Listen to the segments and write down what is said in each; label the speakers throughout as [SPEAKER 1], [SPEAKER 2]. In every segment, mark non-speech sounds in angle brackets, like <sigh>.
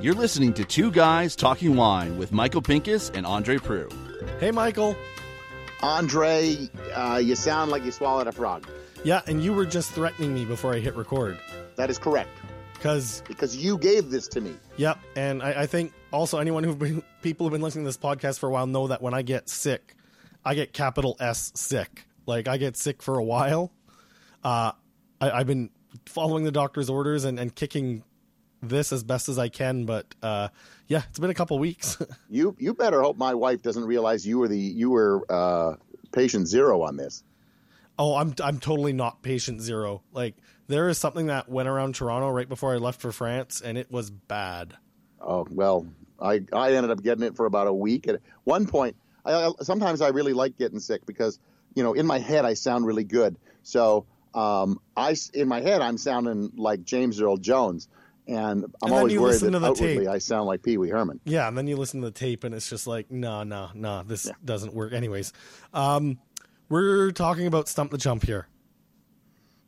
[SPEAKER 1] You're listening to Two Guys Talking Wine with Michael Pincus and Andre Prue.
[SPEAKER 2] Hey, Michael.
[SPEAKER 3] Andre, uh, you sound like you swallowed a frog.
[SPEAKER 2] Yeah, and you were just threatening me before I hit record.
[SPEAKER 3] That is correct
[SPEAKER 2] Because,
[SPEAKER 3] because you gave this to me.
[SPEAKER 2] yep, and I, I think also anyone who've been, <laughs> people who've been listening to this podcast for a while know that when I get sick, I get capital S sick. Like, I get sick for a while. Uh, I, I've been following the doctor's orders and, and kicking this as best as I can, but uh, yeah, it's been a couple weeks. <laughs>
[SPEAKER 3] You you better hope my wife doesn't realize you were the you were uh, patient zero on this.
[SPEAKER 2] Oh, I'm I'm totally not patient zero. Like there is something that went around Toronto right before I left for France, and it was bad.
[SPEAKER 3] Oh well, I I ended up getting it for about a week. At one point, I, I sometimes I really like getting sick because you know in my head I sound really good. So um, I s- in my head I'm sounding like James Earl Jones, and I'm
[SPEAKER 2] then
[SPEAKER 3] always
[SPEAKER 2] you
[SPEAKER 3] worried
[SPEAKER 2] listen
[SPEAKER 3] that
[SPEAKER 2] to the
[SPEAKER 3] outwardly
[SPEAKER 2] tape.
[SPEAKER 3] I sound like Pee Wee Herman.
[SPEAKER 2] Yeah, and then you listen to the tape, and it's just like, nah, nah, nah, this doesn't work. Anyways, um, we're talking about stump the jump here.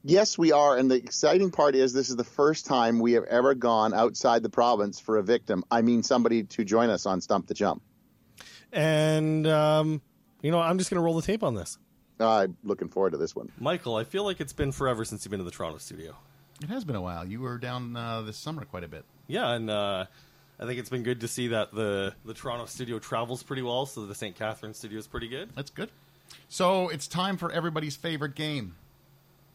[SPEAKER 3] Yes, we are, and the exciting part is this is the first time we have ever gone outside the province for a victim. I mean, somebody to join us on Stump the Jump.
[SPEAKER 2] And um, you know, I'm just gonna roll the tape on this.
[SPEAKER 3] I'm Uh, looking forward to this one.
[SPEAKER 2] Michael, I feel like it's been forever since you've been to the Toronto studio.
[SPEAKER 4] It has been a while. You were down uh, this summer quite a bit.
[SPEAKER 5] Yeah, and uh, I think it's been good to see that the the Toronto studio travels pretty well, so the St. Catharines studio is pretty good.
[SPEAKER 4] That's good. So it's time for everybody's favorite game.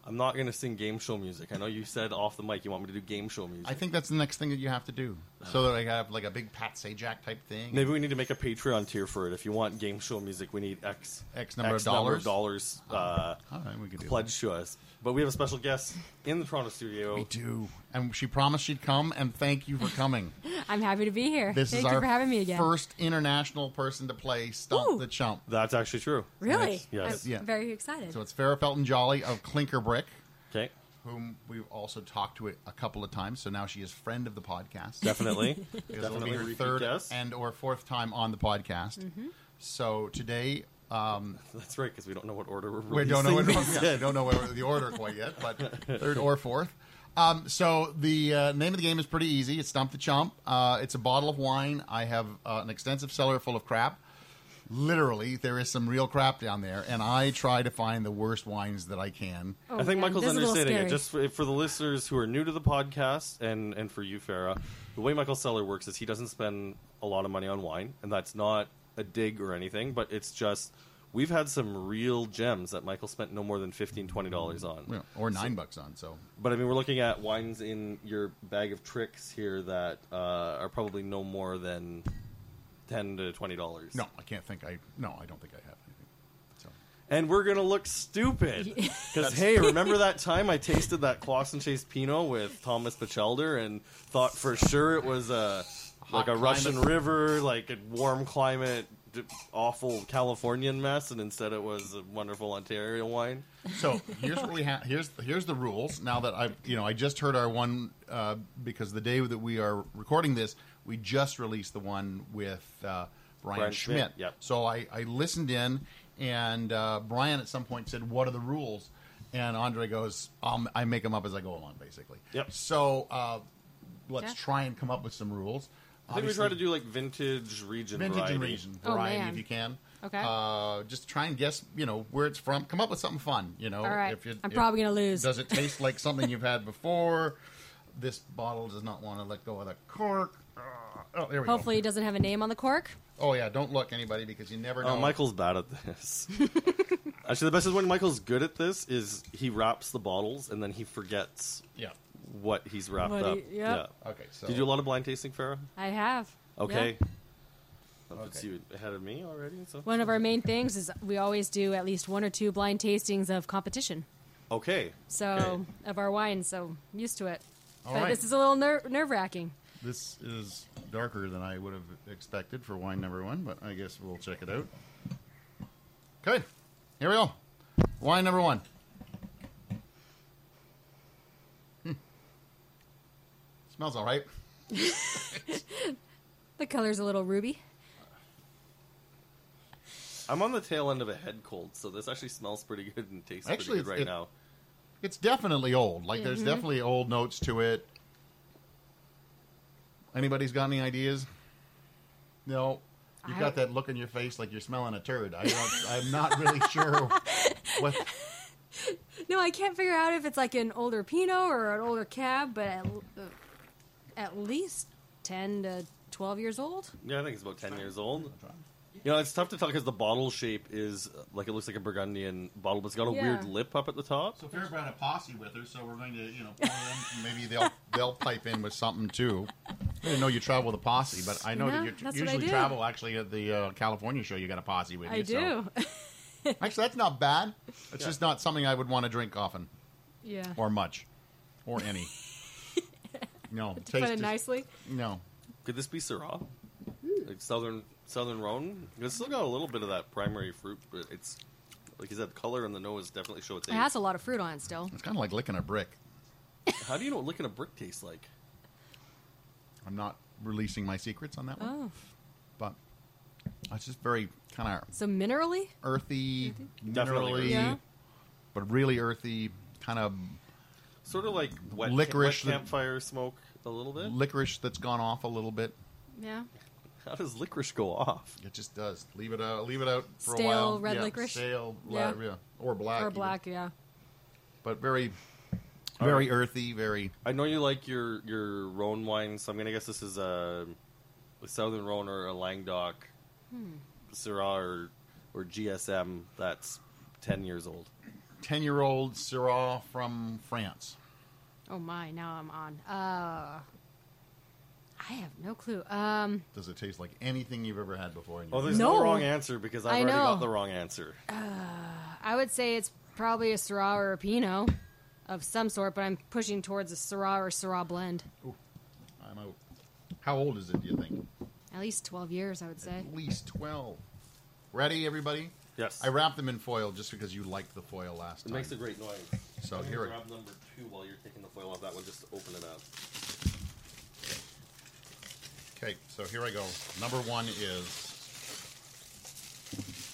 [SPEAKER 5] I'm not going to sing game show music. I know you said off the mic you want me to do game show music.
[SPEAKER 4] I think that's the next thing that you have to do. So that I have like a big Pat Sajak type thing.
[SPEAKER 5] Maybe we need to make a Patreon tier for it. If you want game show music, we need X
[SPEAKER 4] X number of Oh,
[SPEAKER 5] dollars, uh,
[SPEAKER 4] All right, we could do
[SPEAKER 5] pledged to us. But we have a special guest in the Toronto studio.
[SPEAKER 4] that. We do. And she promised she'd come, and thank you for
[SPEAKER 6] <laughs>
[SPEAKER 4] coming.
[SPEAKER 6] I'm happy to be here.
[SPEAKER 4] This
[SPEAKER 6] Thank
[SPEAKER 4] is our
[SPEAKER 6] you for having me again.
[SPEAKER 4] first international person to play Stump
[SPEAKER 6] Ooh.
[SPEAKER 4] the Chump.
[SPEAKER 5] That's actually true.
[SPEAKER 6] really?
[SPEAKER 5] Yes.
[SPEAKER 6] I'm
[SPEAKER 4] Yeah.
[SPEAKER 6] very excited.
[SPEAKER 4] So it's Farrah Felton Jolly of Clinkerbrick,
[SPEAKER 5] Okay.
[SPEAKER 4] whom we've also talked to a, a couple of times. So now she is friend of the podcast.
[SPEAKER 5] Definitely.
[SPEAKER 4] <laughs> because it'll be
[SPEAKER 5] Definitely
[SPEAKER 4] her
[SPEAKER 5] repeat
[SPEAKER 4] third
[SPEAKER 5] guest.
[SPEAKER 4] and or fourth time on the podcast. So today um,
[SPEAKER 5] That's right, because we don't know what order we're
[SPEAKER 4] we
[SPEAKER 5] releasing.
[SPEAKER 4] don't know what,
[SPEAKER 5] <laughs>
[SPEAKER 4] <laughs>
[SPEAKER 5] these
[SPEAKER 4] yeah,
[SPEAKER 5] in.
[SPEAKER 4] don't know what the order quite yet, but
[SPEAKER 5] <laughs>
[SPEAKER 4] third or fourth. Um, so the uh, name of the game is pretty easy. It's Stump the Chump. Uh, it's a bottle of wine. I have uh, an extensive cellar full of crap. Literally, there is some real crap down there, and I try to find the worst wines that I can.
[SPEAKER 6] Oh,
[SPEAKER 5] I think
[SPEAKER 6] man,
[SPEAKER 5] Michael's
[SPEAKER 6] this is a little
[SPEAKER 5] understating it.
[SPEAKER 6] scary.
[SPEAKER 5] Just for, for the listeners who are new to the podcast, and and for you, Farah, the way Michael Seller works is he doesn't spend a lot of money on wine, and that's not a dig or anything, but it's just we've had some real gems that Michael spent no more than $15, 20 dollars on.
[SPEAKER 4] you know, or nine bucks on. So
[SPEAKER 5] But I mean, we're looking at wines in your bag of tricks here that uh, are probably no more than ten to twenty dollars.
[SPEAKER 4] no, I can't think. I no, I don't think I have anything. So
[SPEAKER 5] and we're gonna look
[SPEAKER 6] <laughs>
[SPEAKER 5] stupid. Because hey, remember that time I tasted that Clausen Chase Pinot with Thomas Bachelder and thought for sure it was a like a
[SPEAKER 4] climate.
[SPEAKER 5] Russian river, like a warm climate, d- awful Californian mess, and instead it was a wonderful Ontario wine.
[SPEAKER 4] So here's what we have. Here's here's the rules. Now that I, you know, I just heard our one uh, because the day that we are recording this, we just released the one with uh, Brian,
[SPEAKER 5] Brian
[SPEAKER 4] Schmidt.
[SPEAKER 5] Schmidt, yep.
[SPEAKER 4] So I, I listened in, and uh, Brian at some point said, "What are the rules?" And Andre goes, um, "I make them up as I go along, basically."
[SPEAKER 5] Yep.
[SPEAKER 4] So uh, let's
[SPEAKER 6] Yeah.
[SPEAKER 4] try and come up with some rules.
[SPEAKER 5] I think we try to do like vintage region
[SPEAKER 4] vintage
[SPEAKER 5] variety.
[SPEAKER 4] and region
[SPEAKER 6] Oh,
[SPEAKER 4] variety
[SPEAKER 6] man.
[SPEAKER 4] if you can.
[SPEAKER 6] Okay.
[SPEAKER 4] Uh, just try and guess, you know, where it's from. Come up with something fun, you know.
[SPEAKER 6] All right.
[SPEAKER 4] If you-
[SPEAKER 6] I'm
[SPEAKER 4] if-
[SPEAKER 6] probably gonna lose.
[SPEAKER 4] Does it taste like something you've
[SPEAKER 6] <laughs>
[SPEAKER 4] had before? This bottle does not want to let go of the cork. Ah, Oh, there we
[SPEAKER 6] Hopefully, it doesn't have a name on the cork.
[SPEAKER 4] go. Oh yeah, don't look anybody because you never know.
[SPEAKER 5] Oh, Michael's bad at
[SPEAKER 6] <laughs>
[SPEAKER 5] this. Actually, the best is when Michael's good at this is he wraps the bottles and then he forgets
[SPEAKER 4] Yeah.
[SPEAKER 5] what he's wrapped
[SPEAKER 6] What he-
[SPEAKER 5] up.
[SPEAKER 6] yep.
[SPEAKER 5] Yeah.
[SPEAKER 4] Okay. So
[SPEAKER 5] Did you do a lot of blind tasting, Farah?
[SPEAKER 6] I have.
[SPEAKER 5] Okay.
[SPEAKER 6] Yeah.
[SPEAKER 5] That puts
[SPEAKER 4] Okay.
[SPEAKER 5] you ahead of me already. So.
[SPEAKER 6] One of our main things is we always do at least one or two blind tastings of competition.
[SPEAKER 5] Okay.
[SPEAKER 6] So
[SPEAKER 5] Okay.
[SPEAKER 6] of our wine, so I'm used to it.
[SPEAKER 4] All
[SPEAKER 6] but
[SPEAKER 4] right.
[SPEAKER 6] this is a little ner- nerve wracking.
[SPEAKER 4] This is darker than I would have expected for wine number one, but I guess we'll check it out. Good. Here we go. Wine number one. Hmm. Smells all right.
[SPEAKER 6] The color's a little ruby. <laughs>
[SPEAKER 5] I'm on the tail end of a head cold, so this actually smells pretty good and tastes
[SPEAKER 4] Actually,
[SPEAKER 5] pretty good right
[SPEAKER 4] it's- it-
[SPEAKER 5] now.
[SPEAKER 4] it's definitely old. Like there's definitely old notes to it. Anybody's got any ideas? No. You
[SPEAKER 6] I-
[SPEAKER 4] got that look in your face like you're smelling a turd. I don't, I'm not really sure what
[SPEAKER 6] No, I can't figure out if it's like an older Pinot or an older cab, but at, uh, at least 10 to 12 years old.
[SPEAKER 5] Yeah, I think it's about ten years old. You know, it's tough to tell because the bottle shape is uh, like it looks like a Burgundian bottle, but it's got a
[SPEAKER 6] Yeah.
[SPEAKER 5] weird lip up at the top.
[SPEAKER 4] So Fair brought a posse with her, so we're going to, you know, pull them. <laughs> maybe they'll they'll pipe in with something too. I didn't know you travel with a posse, but I know
[SPEAKER 6] Yeah,
[SPEAKER 4] that you
[SPEAKER 6] that's
[SPEAKER 4] tr-
[SPEAKER 6] what I
[SPEAKER 4] usually
[SPEAKER 6] do.
[SPEAKER 4] travel. Actually, at the uh, California show, you got a posse with
[SPEAKER 6] I
[SPEAKER 4] you.
[SPEAKER 6] do. <laughs>
[SPEAKER 4] So. Actually, that's not bad. It's just not something I would want to drink often,
[SPEAKER 6] yeah.
[SPEAKER 4] or much, or
[SPEAKER 6] <laughs>
[SPEAKER 4] any. No,
[SPEAKER 6] to put
[SPEAKER 4] taste
[SPEAKER 6] it
[SPEAKER 4] is-
[SPEAKER 6] nicely.
[SPEAKER 4] No,
[SPEAKER 5] Could this be Syrah?
[SPEAKER 6] Hmm.
[SPEAKER 5] Like southern Southern Rhone? It's still got a little bit of that primary fruit, but it's like you said, the color and the nose definitely show its
[SPEAKER 6] It
[SPEAKER 5] age.
[SPEAKER 6] has a lot of fruit on it still.
[SPEAKER 4] it's kind of like licking a brick.
[SPEAKER 5] How do you know what licking a brick tastes like?
[SPEAKER 4] I'm not releasing my secrets on that one,
[SPEAKER 6] Oh.
[SPEAKER 4] but it's just very kind of
[SPEAKER 6] So minerally?
[SPEAKER 4] earthy,
[SPEAKER 5] Definitely
[SPEAKER 4] minerally,
[SPEAKER 6] Yeah.
[SPEAKER 4] but really earthy, kind of
[SPEAKER 5] Sort of like wet,
[SPEAKER 4] Licorice
[SPEAKER 5] licorice
[SPEAKER 4] that-
[SPEAKER 5] campfire smoke a little bit.
[SPEAKER 4] licorice that's gone off a little bit.
[SPEAKER 6] Yeah.
[SPEAKER 5] How does licorice go off?
[SPEAKER 4] It just does. Leave it out. Leave it out for
[SPEAKER 6] Stale
[SPEAKER 4] a while.
[SPEAKER 6] red
[SPEAKER 4] Yeah,
[SPEAKER 6] licorice?
[SPEAKER 4] Stale,
[SPEAKER 6] Yeah.
[SPEAKER 4] yeah. yeah, or black.
[SPEAKER 6] or
[SPEAKER 4] even.
[SPEAKER 6] black, yeah.
[SPEAKER 4] but very,
[SPEAKER 5] All
[SPEAKER 4] very
[SPEAKER 5] right.
[SPEAKER 4] earthy. Very.
[SPEAKER 5] I know you like your your Rhone wine, so I'm gonna guess this is a, a Southern Rhone or a Languedoc,
[SPEAKER 6] Hmm.
[SPEAKER 5] Syrah or or GSM that's ten years old.
[SPEAKER 4] Ten-year-old Syrah from France.
[SPEAKER 6] Oh my, now I'm on. Uh I have no clue. Um
[SPEAKER 4] Does it taste like anything you've ever had before? In your
[SPEAKER 5] Oh, there's
[SPEAKER 6] no
[SPEAKER 5] no,
[SPEAKER 6] No. wrong
[SPEAKER 5] wrong answer because I've
[SPEAKER 6] I
[SPEAKER 5] already
[SPEAKER 6] already got know.
[SPEAKER 5] got
[SPEAKER 6] the
[SPEAKER 5] the wrong answer.
[SPEAKER 6] I would say it's probably a Syrah or a Pinot of some sort, but I'm pushing towards a Syrah or Syrah blend.
[SPEAKER 4] I'm out. How old is it? Do you think?
[SPEAKER 6] At least 12 years, I would say.
[SPEAKER 4] At least twelve. Ready, everybody?
[SPEAKER 5] Yes.
[SPEAKER 4] I wrapped them in foil just because you liked the foil last
[SPEAKER 5] It
[SPEAKER 4] time.
[SPEAKER 5] makes a great noise.
[SPEAKER 4] So
[SPEAKER 5] I'm gonna
[SPEAKER 4] here it-
[SPEAKER 5] grab number two while you're taking the foil off that one just to open it up.
[SPEAKER 4] Okay, so here I go. Number one is.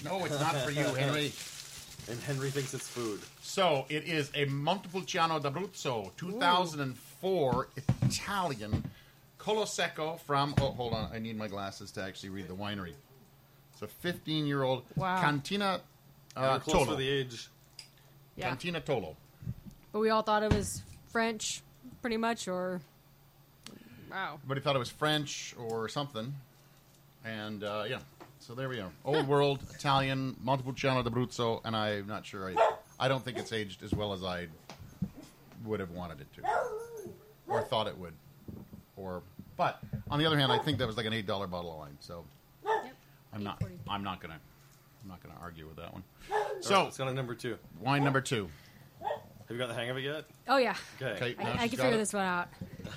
[SPEAKER 4] No, it's not for you,
[SPEAKER 5] <laughs>
[SPEAKER 4] Henry.
[SPEAKER 5] And Henry thinks it's food.
[SPEAKER 4] So it is a Montepulciano d'Abruzzo 2004 Italian Colosecco from. Oh, hold on. I need my glasses to actually read the winery. It's a 15 year old
[SPEAKER 6] Wow.
[SPEAKER 4] Cantina
[SPEAKER 5] We're
[SPEAKER 4] uh,
[SPEAKER 5] close
[SPEAKER 4] Tolo.
[SPEAKER 5] for the age.
[SPEAKER 6] Yeah.
[SPEAKER 4] Cantina Tolo.
[SPEAKER 6] But we all thought it was French, pretty much, or. Wow.
[SPEAKER 4] Everybody thought it was French or something. And uh, yeah, so there we are. Old
[SPEAKER 6] <laughs>
[SPEAKER 4] world Italian Montepulciano d'Abruzzo, and I'm not sure. I, I don't think it's aged as well as I would have wanted it to, or thought it would. Or, but on the other hand, I think that was like an eight dollar bottle of wine. So I'm not.
[SPEAKER 6] $8.40.
[SPEAKER 4] I'm not gonna. I'm not gonna argue with that
[SPEAKER 6] <laughs>
[SPEAKER 4] one. So
[SPEAKER 5] It's got a number two.
[SPEAKER 4] wine number two.
[SPEAKER 5] Have you got the hang of it yet?
[SPEAKER 6] Oh, yeah.
[SPEAKER 5] Okay.
[SPEAKER 4] Okay,
[SPEAKER 6] I,
[SPEAKER 4] now
[SPEAKER 6] I
[SPEAKER 4] she's
[SPEAKER 6] can
[SPEAKER 4] got
[SPEAKER 6] figure
[SPEAKER 4] it.
[SPEAKER 6] this one out.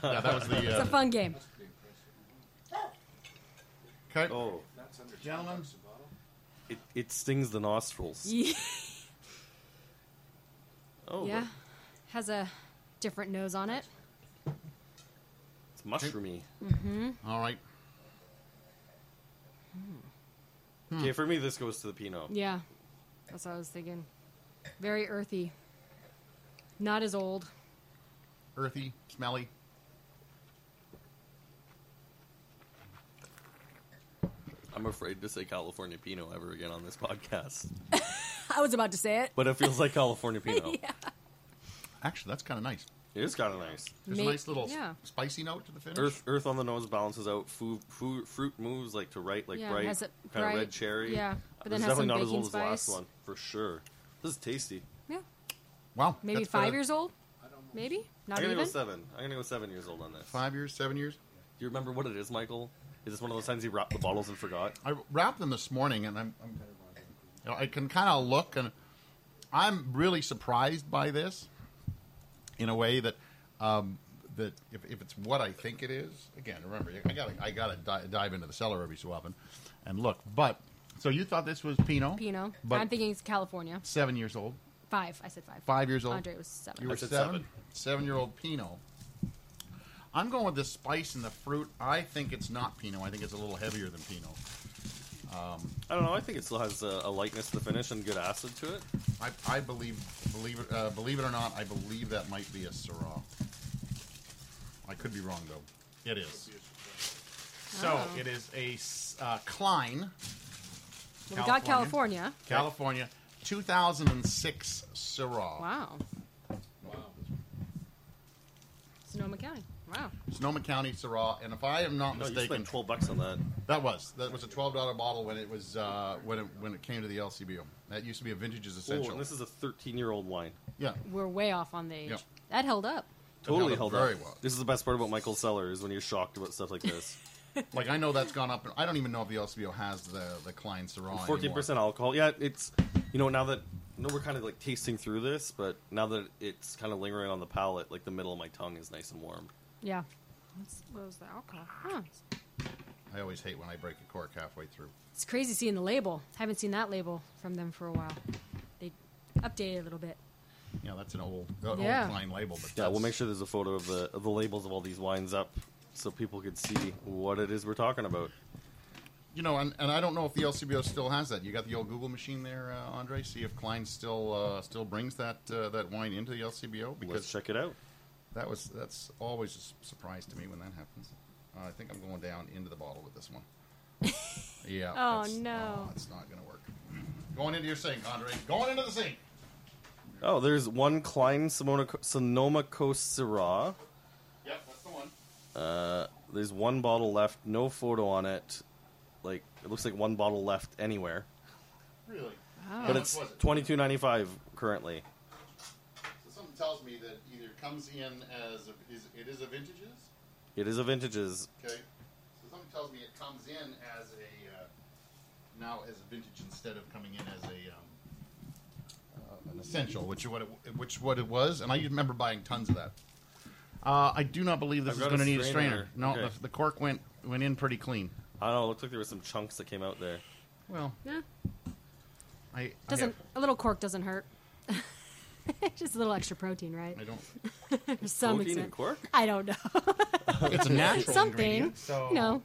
[SPEAKER 4] Yeah, that was
[SPEAKER 6] <laughs>
[SPEAKER 4] the.
[SPEAKER 6] It's
[SPEAKER 4] Uh,
[SPEAKER 6] a fun game.
[SPEAKER 4] okay,
[SPEAKER 5] Oh,
[SPEAKER 4] gentlemen.
[SPEAKER 5] it, it stings the nostrils.
[SPEAKER 6] Yeah. <laughs>
[SPEAKER 5] Oh,
[SPEAKER 6] Yeah. Has a different nose on it.
[SPEAKER 5] it's mushroomy.
[SPEAKER 4] All right.
[SPEAKER 5] Okay, for me this goes to the Pinot.
[SPEAKER 6] Hmm. Yeah. That's what I was thinking. Very earthy. Not as old.
[SPEAKER 4] earthy, smelly.
[SPEAKER 5] I'm afraid to say California Pinot ever again on this podcast,
[SPEAKER 6] I was about to say it.
[SPEAKER 5] but it feels like
[SPEAKER 6] <laughs>
[SPEAKER 5] California Pinot.
[SPEAKER 4] Actually, that's kind of nice.
[SPEAKER 5] It is kind of nice.
[SPEAKER 4] There's
[SPEAKER 6] Ma-
[SPEAKER 4] a nice little s-
[SPEAKER 6] yeah.
[SPEAKER 4] spicy note to the finish.
[SPEAKER 5] Earth, earth on the nose balances out. Fu, fu, fruit moves like to right, like
[SPEAKER 6] Yeah,
[SPEAKER 5] bright,
[SPEAKER 6] has a
[SPEAKER 5] kind
[SPEAKER 6] bright-
[SPEAKER 5] of red cherry.
[SPEAKER 6] yeah, but then
[SPEAKER 5] It's
[SPEAKER 6] has
[SPEAKER 5] definitely
[SPEAKER 6] some
[SPEAKER 5] not as
[SPEAKER 6] baking
[SPEAKER 5] old as
[SPEAKER 6] spice.
[SPEAKER 5] the last one for sure. This is tasty.
[SPEAKER 6] Yeah.
[SPEAKER 4] Wow,
[SPEAKER 6] Maybe
[SPEAKER 4] that's
[SPEAKER 6] five
[SPEAKER 4] better.
[SPEAKER 6] years old? Maybe? Not
[SPEAKER 5] I'm gonna go
[SPEAKER 6] even?
[SPEAKER 5] seven. I'm gonna go seven years old on this.
[SPEAKER 4] Five years, seven years.
[SPEAKER 5] Do you remember what it is, Michael? Is this one of those times you wrapped the bottles and forgot?
[SPEAKER 4] I wrapped them this morning, and I'm, I'm you know, I can kind of look, and I'm really surprised by this, in a way that, um, that if, if it's what I think it is, again, remember, I gotta I gotta di- dive into the cellar every so often, and look. But so you thought this was Pinot?
[SPEAKER 6] Pinot.
[SPEAKER 4] but
[SPEAKER 6] I'm thinking it's California.
[SPEAKER 4] seven years old,
[SPEAKER 6] Five. I said five.
[SPEAKER 4] five years old.
[SPEAKER 6] Andre was seven.
[SPEAKER 4] You were
[SPEAKER 5] said
[SPEAKER 4] seven.
[SPEAKER 5] seven.
[SPEAKER 4] Seven year old Pinot. I'm going with the spice and the fruit. I think it's not Pinot. I think it's a little heavier than Pinot.
[SPEAKER 5] I don't know. I think it still has a, a lightness to the finish and good acid to it.
[SPEAKER 4] I, I believe believe it uh, believe it or not, I believe that might be a Syrah. I could be wrong though. It is. So
[SPEAKER 6] Oh.
[SPEAKER 4] it is a s- uh, Klein,
[SPEAKER 6] Well, we got
[SPEAKER 4] California. California,
[SPEAKER 6] California.
[SPEAKER 4] 2006 Syrah,
[SPEAKER 6] Wow. Sonoma County. Wow.
[SPEAKER 4] Sonoma County Syrah, and if I am not
[SPEAKER 5] No, you
[SPEAKER 4] mistaken,
[SPEAKER 5] spent twelve bucks on that.
[SPEAKER 4] that was that was a twelve dollar bottle when it was uh, when it when it came to the LCBO. That used to be a Vintages
[SPEAKER 5] Oh,
[SPEAKER 4] Essential.
[SPEAKER 5] and this is a thirteen-year-old wine.
[SPEAKER 4] yeah,
[SPEAKER 6] We're way off on the age.
[SPEAKER 4] Yep.
[SPEAKER 6] That held up.
[SPEAKER 5] Totally
[SPEAKER 4] held
[SPEAKER 5] held
[SPEAKER 4] up
[SPEAKER 5] up.
[SPEAKER 4] very well.
[SPEAKER 5] This is the best part about Michael Seller is when you're shocked about stuff like
[SPEAKER 4] <laughs>
[SPEAKER 5] this.
[SPEAKER 4] like I know that's gone up. I don't even know if the LCBO has the the Klein Syrah.
[SPEAKER 5] Fourteen percent alcohol. Yeah, it's you know now that no, we're kind of like tasting through this, but now that it's kind of lingering on the palate, like the middle of my tongue is nice and warm.
[SPEAKER 6] Yeah. That's, what was the alcohol? Huh.
[SPEAKER 4] anymore. I always hate when I break a cork halfway through.
[SPEAKER 6] It's crazy seeing the label. Haven't seen that label from them for a while. They updated it a little bit.
[SPEAKER 4] Yeah, that's an old, uh,
[SPEAKER 6] Yeah.
[SPEAKER 4] old Klein label. But
[SPEAKER 5] Yeah, we'll
[SPEAKER 4] that's-
[SPEAKER 5] make sure there's a photo of the of the labels of all these wines up so people could see what it is we're talking about.
[SPEAKER 4] You know, and, and I don't know if the LCBO still has that. You got the old Google machine there, uh, Andre. See if Klein still uh, still brings that uh, that wine into the LCBO because
[SPEAKER 5] Let's check it out.
[SPEAKER 4] that was that's always a s- surprise to me when that happens. Uh, I think I'm going down into the bottle with
[SPEAKER 6] <laughs>
[SPEAKER 4] this one. Yeah.
[SPEAKER 6] Oh,
[SPEAKER 4] that's-
[SPEAKER 6] no.
[SPEAKER 4] oh, that's not going to work. Going into your sink, Andre. Going into the sink.
[SPEAKER 5] Oh, there's one Klein Sonoma, Sonoma Coast Syrah.
[SPEAKER 4] Yep, that's the one.
[SPEAKER 5] There's one bottle left, no photo on it. Like it looks like one bottle left anywhere,
[SPEAKER 4] Really.
[SPEAKER 6] Wow.
[SPEAKER 5] but it's
[SPEAKER 4] much was it?
[SPEAKER 5] twenty two ninety five currently.
[SPEAKER 4] So something tells me that either it comes in as a, is, it is a vintages.
[SPEAKER 5] It is a vintages.
[SPEAKER 4] Okay. So something tells me it comes in as a uh, now as a vintage instead of coming in as a um, uh, an essential, which what it, which what it was, and I remember buying tons of that. Uh, I do not believe this
[SPEAKER 5] I've
[SPEAKER 4] is
[SPEAKER 5] got
[SPEAKER 4] going to
[SPEAKER 5] a
[SPEAKER 4] need a
[SPEAKER 5] strainer.
[SPEAKER 4] strainer. No,
[SPEAKER 5] Okay.
[SPEAKER 4] the, the cork went went in pretty clean.
[SPEAKER 5] I don't know. It looked like there were some chunks that came out there.
[SPEAKER 4] Well,
[SPEAKER 6] Yeah.
[SPEAKER 4] I- I
[SPEAKER 6] Doesn't
[SPEAKER 4] have-
[SPEAKER 6] a little cork doesn't hurt. <laughs> Just a little extra protein, right?
[SPEAKER 4] I
[SPEAKER 6] <laughs>
[SPEAKER 4] don't.
[SPEAKER 6] To some
[SPEAKER 5] Protein
[SPEAKER 6] extent.
[SPEAKER 5] and cork.
[SPEAKER 6] I don't know. <laughs>
[SPEAKER 4] It's a natural
[SPEAKER 6] Something.
[SPEAKER 4] ingredient. So
[SPEAKER 6] You know,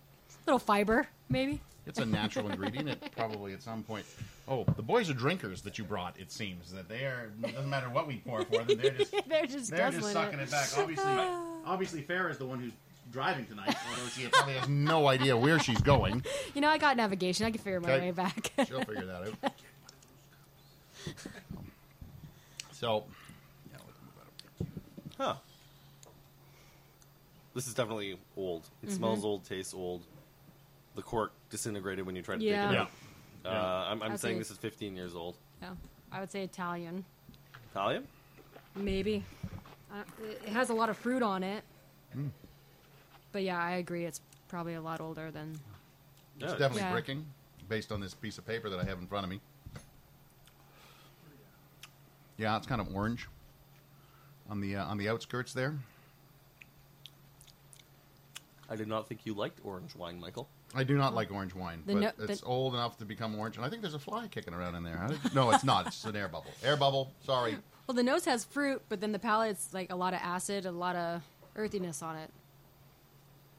[SPEAKER 6] little fiber maybe. <laughs>
[SPEAKER 4] It's a natural ingredient. It probably at some point. Oh, the boys are drinkers that you brought. It seems that they are. It doesn't matter what we pour for them. They're just
[SPEAKER 6] They're just
[SPEAKER 4] They're
[SPEAKER 6] guzzling
[SPEAKER 4] just sucking
[SPEAKER 6] it.
[SPEAKER 4] it. back. Obviously,
[SPEAKER 6] <laughs>
[SPEAKER 4] obviously, Farrah is the one who's driving tonight, although she probably has no idea where she's going.
[SPEAKER 6] You know, I got navigation. I can figure my
[SPEAKER 4] Okay.
[SPEAKER 6] way back. <laughs>
[SPEAKER 4] She'll figure that out. So, yeah, let's move out of here.
[SPEAKER 5] Huh. This is definitely old. It smells old, tastes old. The cork disintegrated when you try to
[SPEAKER 6] Yeah.
[SPEAKER 5] take it
[SPEAKER 4] yeah.
[SPEAKER 5] out. Uh, I'm, I'm
[SPEAKER 6] That's
[SPEAKER 5] saying
[SPEAKER 6] good.
[SPEAKER 5] this is 15 years old.
[SPEAKER 6] yeah. I would say Italian.
[SPEAKER 5] Italian?
[SPEAKER 6] Maybe. Uh, it- it has a lot of fruit on it.
[SPEAKER 5] Mm.
[SPEAKER 6] But yeah, I agree. It's probably a lot older than.
[SPEAKER 5] Yeah.
[SPEAKER 4] it's definitely
[SPEAKER 6] Yeah.
[SPEAKER 4] bricking, based on this piece of paper that I have in front of me. Yeah, it's kind of orange on the uh, on the outskirts there.
[SPEAKER 5] I did not think you liked orange wine, Michael.
[SPEAKER 4] I do not like orange wine,
[SPEAKER 6] The
[SPEAKER 4] but
[SPEAKER 6] no- the-
[SPEAKER 4] it's old enough to become orange. And I think there's a fly kicking around in there. How did- no, it's not. It's just an air bubble. Air bubble. Sorry.
[SPEAKER 6] Well, the nose has fruit, but then the palate's like a lot of acid, a lot of earthiness on it.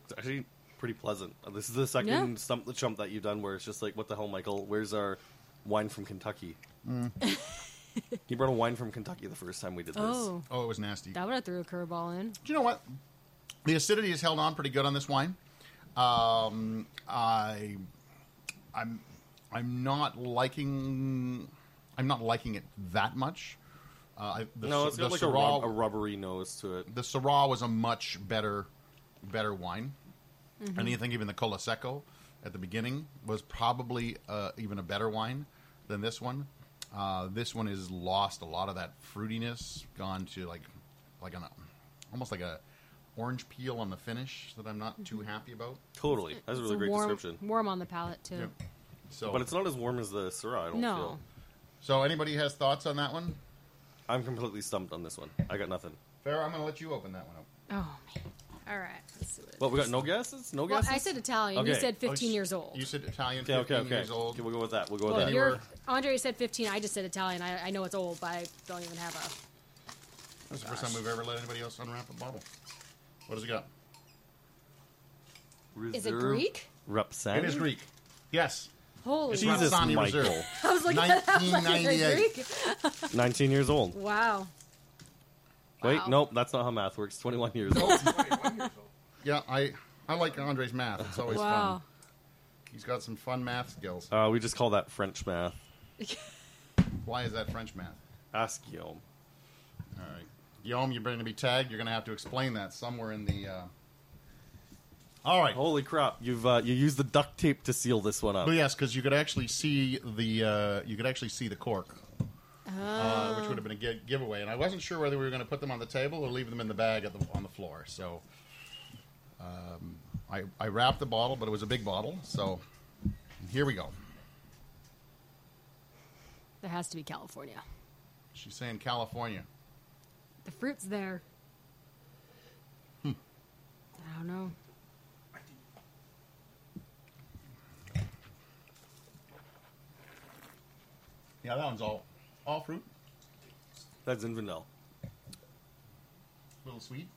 [SPEAKER 5] It's actually pretty pleasant. Uh, This is the second
[SPEAKER 6] Yeah.
[SPEAKER 5] stump the chump that you've done where it's just like, what the hell, Michael? Where's our wine from Kentucky?
[SPEAKER 6] Mm.
[SPEAKER 5] <laughs> you brought a wine from Kentucky the first time we did this.
[SPEAKER 6] Oh,
[SPEAKER 4] Oh, it was nasty.
[SPEAKER 6] that would have threw a curveball in.
[SPEAKER 4] Do you know what? The acidity is held on pretty good on this wine. Um, I, I'm, I'm not liking, I'm not liking it that much. Uh, I, the,
[SPEAKER 5] No,
[SPEAKER 4] Sy-
[SPEAKER 5] it's got
[SPEAKER 4] the
[SPEAKER 5] like a,
[SPEAKER 4] Syrah,
[SPEAKER 5] rub- a rubbery nose to it.
[SPEAKER 4] the Syrah was a much better, better wine.
[SPEAKER 6] Mm-hmm.
[SPEAKER 4] And you think even the Cola Seco at the beginning was probably uh, even a better wine than this one. Uh, this one has lost a lot of that fruitiness, gone to like, like an, almost like a orange peel on the finish that I'm not
[SPEAKER 6] Mm-hmm.
[SPEAKER 4] too happy about.
[SPEAKER 5] Totally. That's a
[SPEAKER 6] It's
[SPEAKER 5] really great
[SPEAKER 6] warm,
[SPEAKER 5] description.
[SPEAKER 6] Warm on the palate too.
[SPEAKER 4] So,
[SPEAKER 5] But it's not as warm as the Syrah, I don't
[SPEAKER 6] No,
[SPEAKER 5] feel.
[SPEAKER 4] so anybody has thoughts on that one?
[SPEAKER 5] I'm completely stumped on this one. I got nothing.
[SPEAKER 4] Farrah, I'm going to let you open that one up.
[SPEAKER 6] Oh man. All right. Let's see what it
[SPEAKER 5] Well, we got no guesses? No
[SPEAKER 6] well,
[SPEAKER 5] guesses?
[SPEAKER 6] I said Italian. You
[SPEAKER 5] Okay.
[SPEAKER 6] said
[SPEAKER 4] Oh,
[SPEAKER 6] 15
[SPEAKER 4] s-
[SPEAKER 6] years old.
[SPEAKER 4] You said Italian,
[SPEAKER 5] Okay, okay,
[SPEAKER 4] 15
[SPEAKER 5] okay.
[SPEAKER 4] years old.
[SPEAKER 5] Okay, we'll go with that. We'll go with
[SPEAKER 6] Well,
[SPEAKER 5] that.
[SPEAKER 6] you're,
[SPEAKER 4] were-
[SPEAKER 6] Andre said 15. I just said Italian. I, I know it's old, but I don't even have a.
[SPEAKER 4] That's the first time we've ever let anybody else unwrap a bottle. What does it got?
[SPEAKER 6] Is it Greek?
[SPEAKER 5] Reserve Repsan.
[SPEAKER 4] Greek. Yes.
[SPEAKER 6] Holy
[SPEAKER 5] Jesus.
[SPEAKER 6] crap.
[SPEAKER 4] Rasani
[SPEAKER 5] Michael.
[SPEAKER 4] Reserve.
[SPEAKER 6] <laughs> I was <laughs> like, that was like a
[SPEAKER 4] 1998.
[SPEAKER 6] Greek.
[SPEAKER 5] 19 years old.
[SPEAKER 6] Wow.
[SPEAKER 5] Wait,
[SPEAKER 6] Wow. Oh.
[SPEAKER 5] nope, that's not how math works. 21 years old.
[SPEAKER 6] <laughs>
[SPEAKER 4] Yeah, I I like Andre's math. It's always
[SPEAKER 6] Wow.
[SPEAKER 4] fun. He's got some fun math skills.
[SPEAKER 5] Uh, we just call that French math.
[SPEAKER 4] Why is that French math?
[SPEAKER 5] Ask Guillaume.
[SPEAKER 4] All right, Guillaume, you're going to be tagged. You're going to have to explain that somewhere in the. Uh... All right.
[SPEAKER 5] Holy crap! You've uh, you used the duct tape to seal this one up.
[SPEAKER 4] Oh yes, because you could actually see the uh, you could actually see the cork, uh, which would have been a gi- giveaway. And I wasn't sure whether we were going to put them on the table or leave them in the bag at the, on the floor. So um, I I wrapped the bottle, but it was a big bottle. So here we go.
[SPEAKER 6] There has to be California.
[SPEAKER 4] She's saying California.
[SPEAKER 6] The fruit's there.
[SPEAKER 4] Hmm.
[SPEAKER 6] I don't know.
[SPEAKER 4] Yeah, that one's all all fruit,
[SPEAKER 5] That's Zinfandel.
[SPEAKER 4] a little sweet.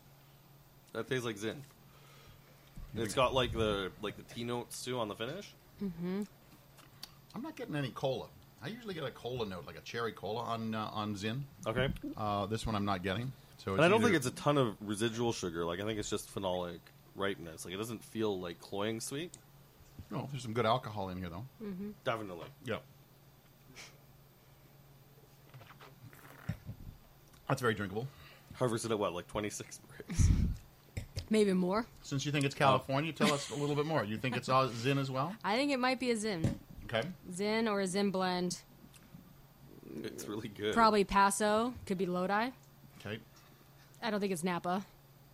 [SPEAKER 5] That tastes like Zin. It's got like the like the tea notes too on the finish.
[SPEAKER 4] I'm not getting any cola. I usually get a cola note, like a cherry cola on uh, on Zin.
[SPEAKER 5] Okay, and
[SPEAKER 4] Uh, this one I'm not getting. So it's
[SPEAKER 5] I don't
[SPEAKER 4] either-
[SPEAKER 5] think it's a ton of residual sugar. Like I think it's just phenolic ripeness. Like it doesn't feel like cloying sweet.
[SPEAKER 4] No, Oh, there's some good alcohol in here though.
[SPEAKER 5] Mm. Definitely.
[SPEAKER 4] Yeah. That's very drinkable.
[SPEAKER 5] Harvested at what like <laughs> 26 bricks.
[SPEAKER 6] Maybe more.
[SPEAKER 4] Since you think
[SPEAKER 5] Oh.
[SPEAKER 4] it's California, tell us a little bit more. You think it's all Zin
[SPEAKER 5] <laughs>
[SPEAKER 4] as well?
[SPEAKER 6] I think it might be a Zin.
[SPEAKER 4] Okay.
[SPEAKER 6] Zin or a Zin blend.
[SPEAKER 5] it's really good.
[SPEAKER 6] Probably Paso. Could be Lodi.
[SPEAKER 4] Okay.
[SPEAKER 6] I don't think it's Napa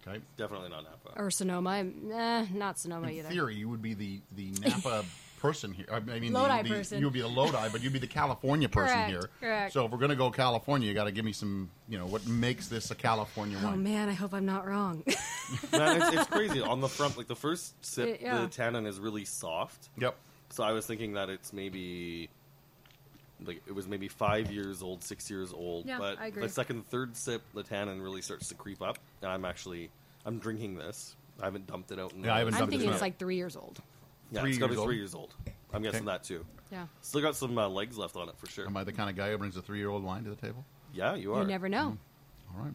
[SPEAKER 4] Okay.
[SPEAKER 5] Definitely not Napa.
[SPEAKER 6] or Sonoma. Nah, not Sonoma
[SPEAKER 4] In
[SPEAKER 6] either.
[SPEAKER 4] theory, you would be the, the Napa
[SPEAKER 6] <laughs>
[SPEAKER 4] person here. I mean, the-
[SPEAKER 6] Lodi
[SPEAKER 4] the,
[SPEAKER 6] person.
[SPEAKER 4] You would be the Lodi, but you'd be the California person
[SPEAKER 6] Correct,
[SPEAKER 4] here.
[SPEAKER 6] correct.
[SPEAKER 4] So if we're going to go California, you got to give me some, you know, what makes this a California
[SPEAKER 6] Oh
[SPEAKER 4] wine?
[SPEAKER 6] man, I hope I'm not wrong.
[SPEAKER 5] Man, it's,
[SPEAKER 6] <laughs>
[SPEAKER 5] it's crazy. on the front, like the first sip,
[SPEAKER 6] It- yeah.
[SPEAKER 5] the tannin is really soft.
[SPEAKER 4] Yep.
[SPEAKER 5] So I was thinking that it's maybe like it was maybe five years old, six years old.
[SPEAKER 6] Yeah,
[SPEAKER 5] but
[SPEAKER 6] I agree.
[SPEAKER 5] the second, third sip, the tannin really starts to creep up, and I'm actually I'm drinking this. I haven't dumped it out. In
[SPEAKER 4] Yeah, I haven't
[SPEAKER 6] <laughs> I'm
[SPEAKER 4] dumped
[SPEAKER 6] thinking
[SPEAKER 4] it
[SPEAKER 6] it's
[SPEAKER 4] out.
[SPEAKER 6] like three years old.
[SPEAKER 5] yeah,
[SPEAKER 4] Three
[SPEAKER 5] it's got to
[SPEAKER 4] years
[SPEAKER 5] be
[SPEAKER 4] old.
[SPEAKER 5] three years old. I'm guessing
[SPEAKER 4] Okay.
[SPEAKER 5] that too.
[SPEAKER 6] Yeah.
[SPEAKER 5] Still got some uh, legs left on it for sure.
[SPEAKER 4] Am I the kind of guy who brings a three year old wine to the table?
[SPEAKER 5] Yeah, you are.
[SPEAKER 6] You never know.
[SPEAKER 4] All right.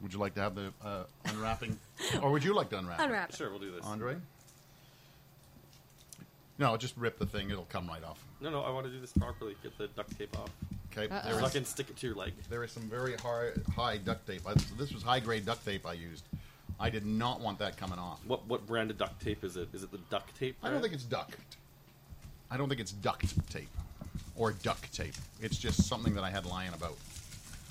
[SPEAKER 4] Would you like to have the uh,
[SPEAKER 6] <laughs>
[SPEAKER 4] unwrapping? or would you like to unwrap? it?
[SPEAKER 6] Unwrap.
[SPEAKER 5] Sure, we'll do this.
[SPEAKER 4] Andre? No, just rip the thing. It'll come right off.
[SPEAKER 5] No, no, I want to do this properly. Get the duct tape off.
[SPEAKER 4] Okay.
[SPEAKER 6] Uh-oh.
[SPEAKER 4] There
[SPEAKER 5] So I
[SPEAKER 4] is,
[SPEAKER 5] can stick it to your leg.
[SPEAKER 4] there is some very high, high duct tape. I, this was high grade duct tape I used. I did not want that coming off.
[SPEAKER 5] What what brand of duct tape is it? Is it the duct tape?
[SPEAKER 4] I don't think it's duct. I don't think it's duct tape or duct tape. It's just something that I had lying about.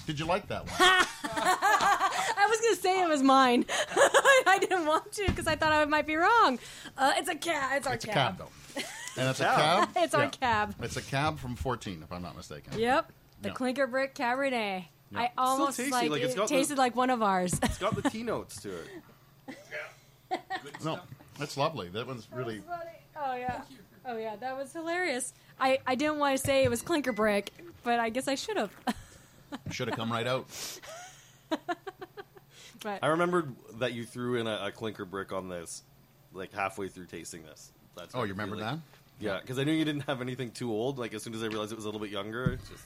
[SPEAKER 4] Did you like that one?
[SPEAKER 6] I was gonna say it was mine. <laughs> I didn't want to because I thought I might be wrong. Uh, it's a cab. It's <laughs> our
[SPEAKER 4] It's a cab, though. And it's a cab?
[SPEAKER 6] <laughs> It's our
[SPEAKER 4] Yeah.
[SPEAKER 6] cab.
[SPEAKER 4] It's a cab from 14, if I'm not mistaken.
[SPEAKER 6] Yep, the
[SPEAKER 4] Yeah.
[SPEAKER 6] Clinker Brick Cabernet. I almost
[SPEAKER 5] tasty,
[SPEAKER 6] like,
[SPEAKER 5] like,
[SPEAKER 6] it
[SPEAKER 5] it's got the-
[SPEAKER 6] tasted like one of ours. <laughs>
[SPEAKER 5] it's got the T notes to it.
[SPEAKER 4] No, that's lovely. That one's really.
[SPEAKER 6] oh yeah, oh yeah, that was hilarious. I, I didn't want to say it was Clinker Brick, but I guess I should have. <laughs>
[SPEAKER 4] Should have come right out.
[SPEAKER 6] but
[SPEAKER 5] <laughs> I remembered that you threw in a, a clinker brick on this, like halfway through tasting this. That's
[SPEAKER 4] Oh,
[SPEAKER 5] what I
[SPEAKER 4] you remember
[SPEAKER 5] feel like.
[SPEAKER 4] that?
[SPEAKER 5] Yeah, because I knew you didn't have anything too old. Like as soon as I realized it was a little bit younger, it's just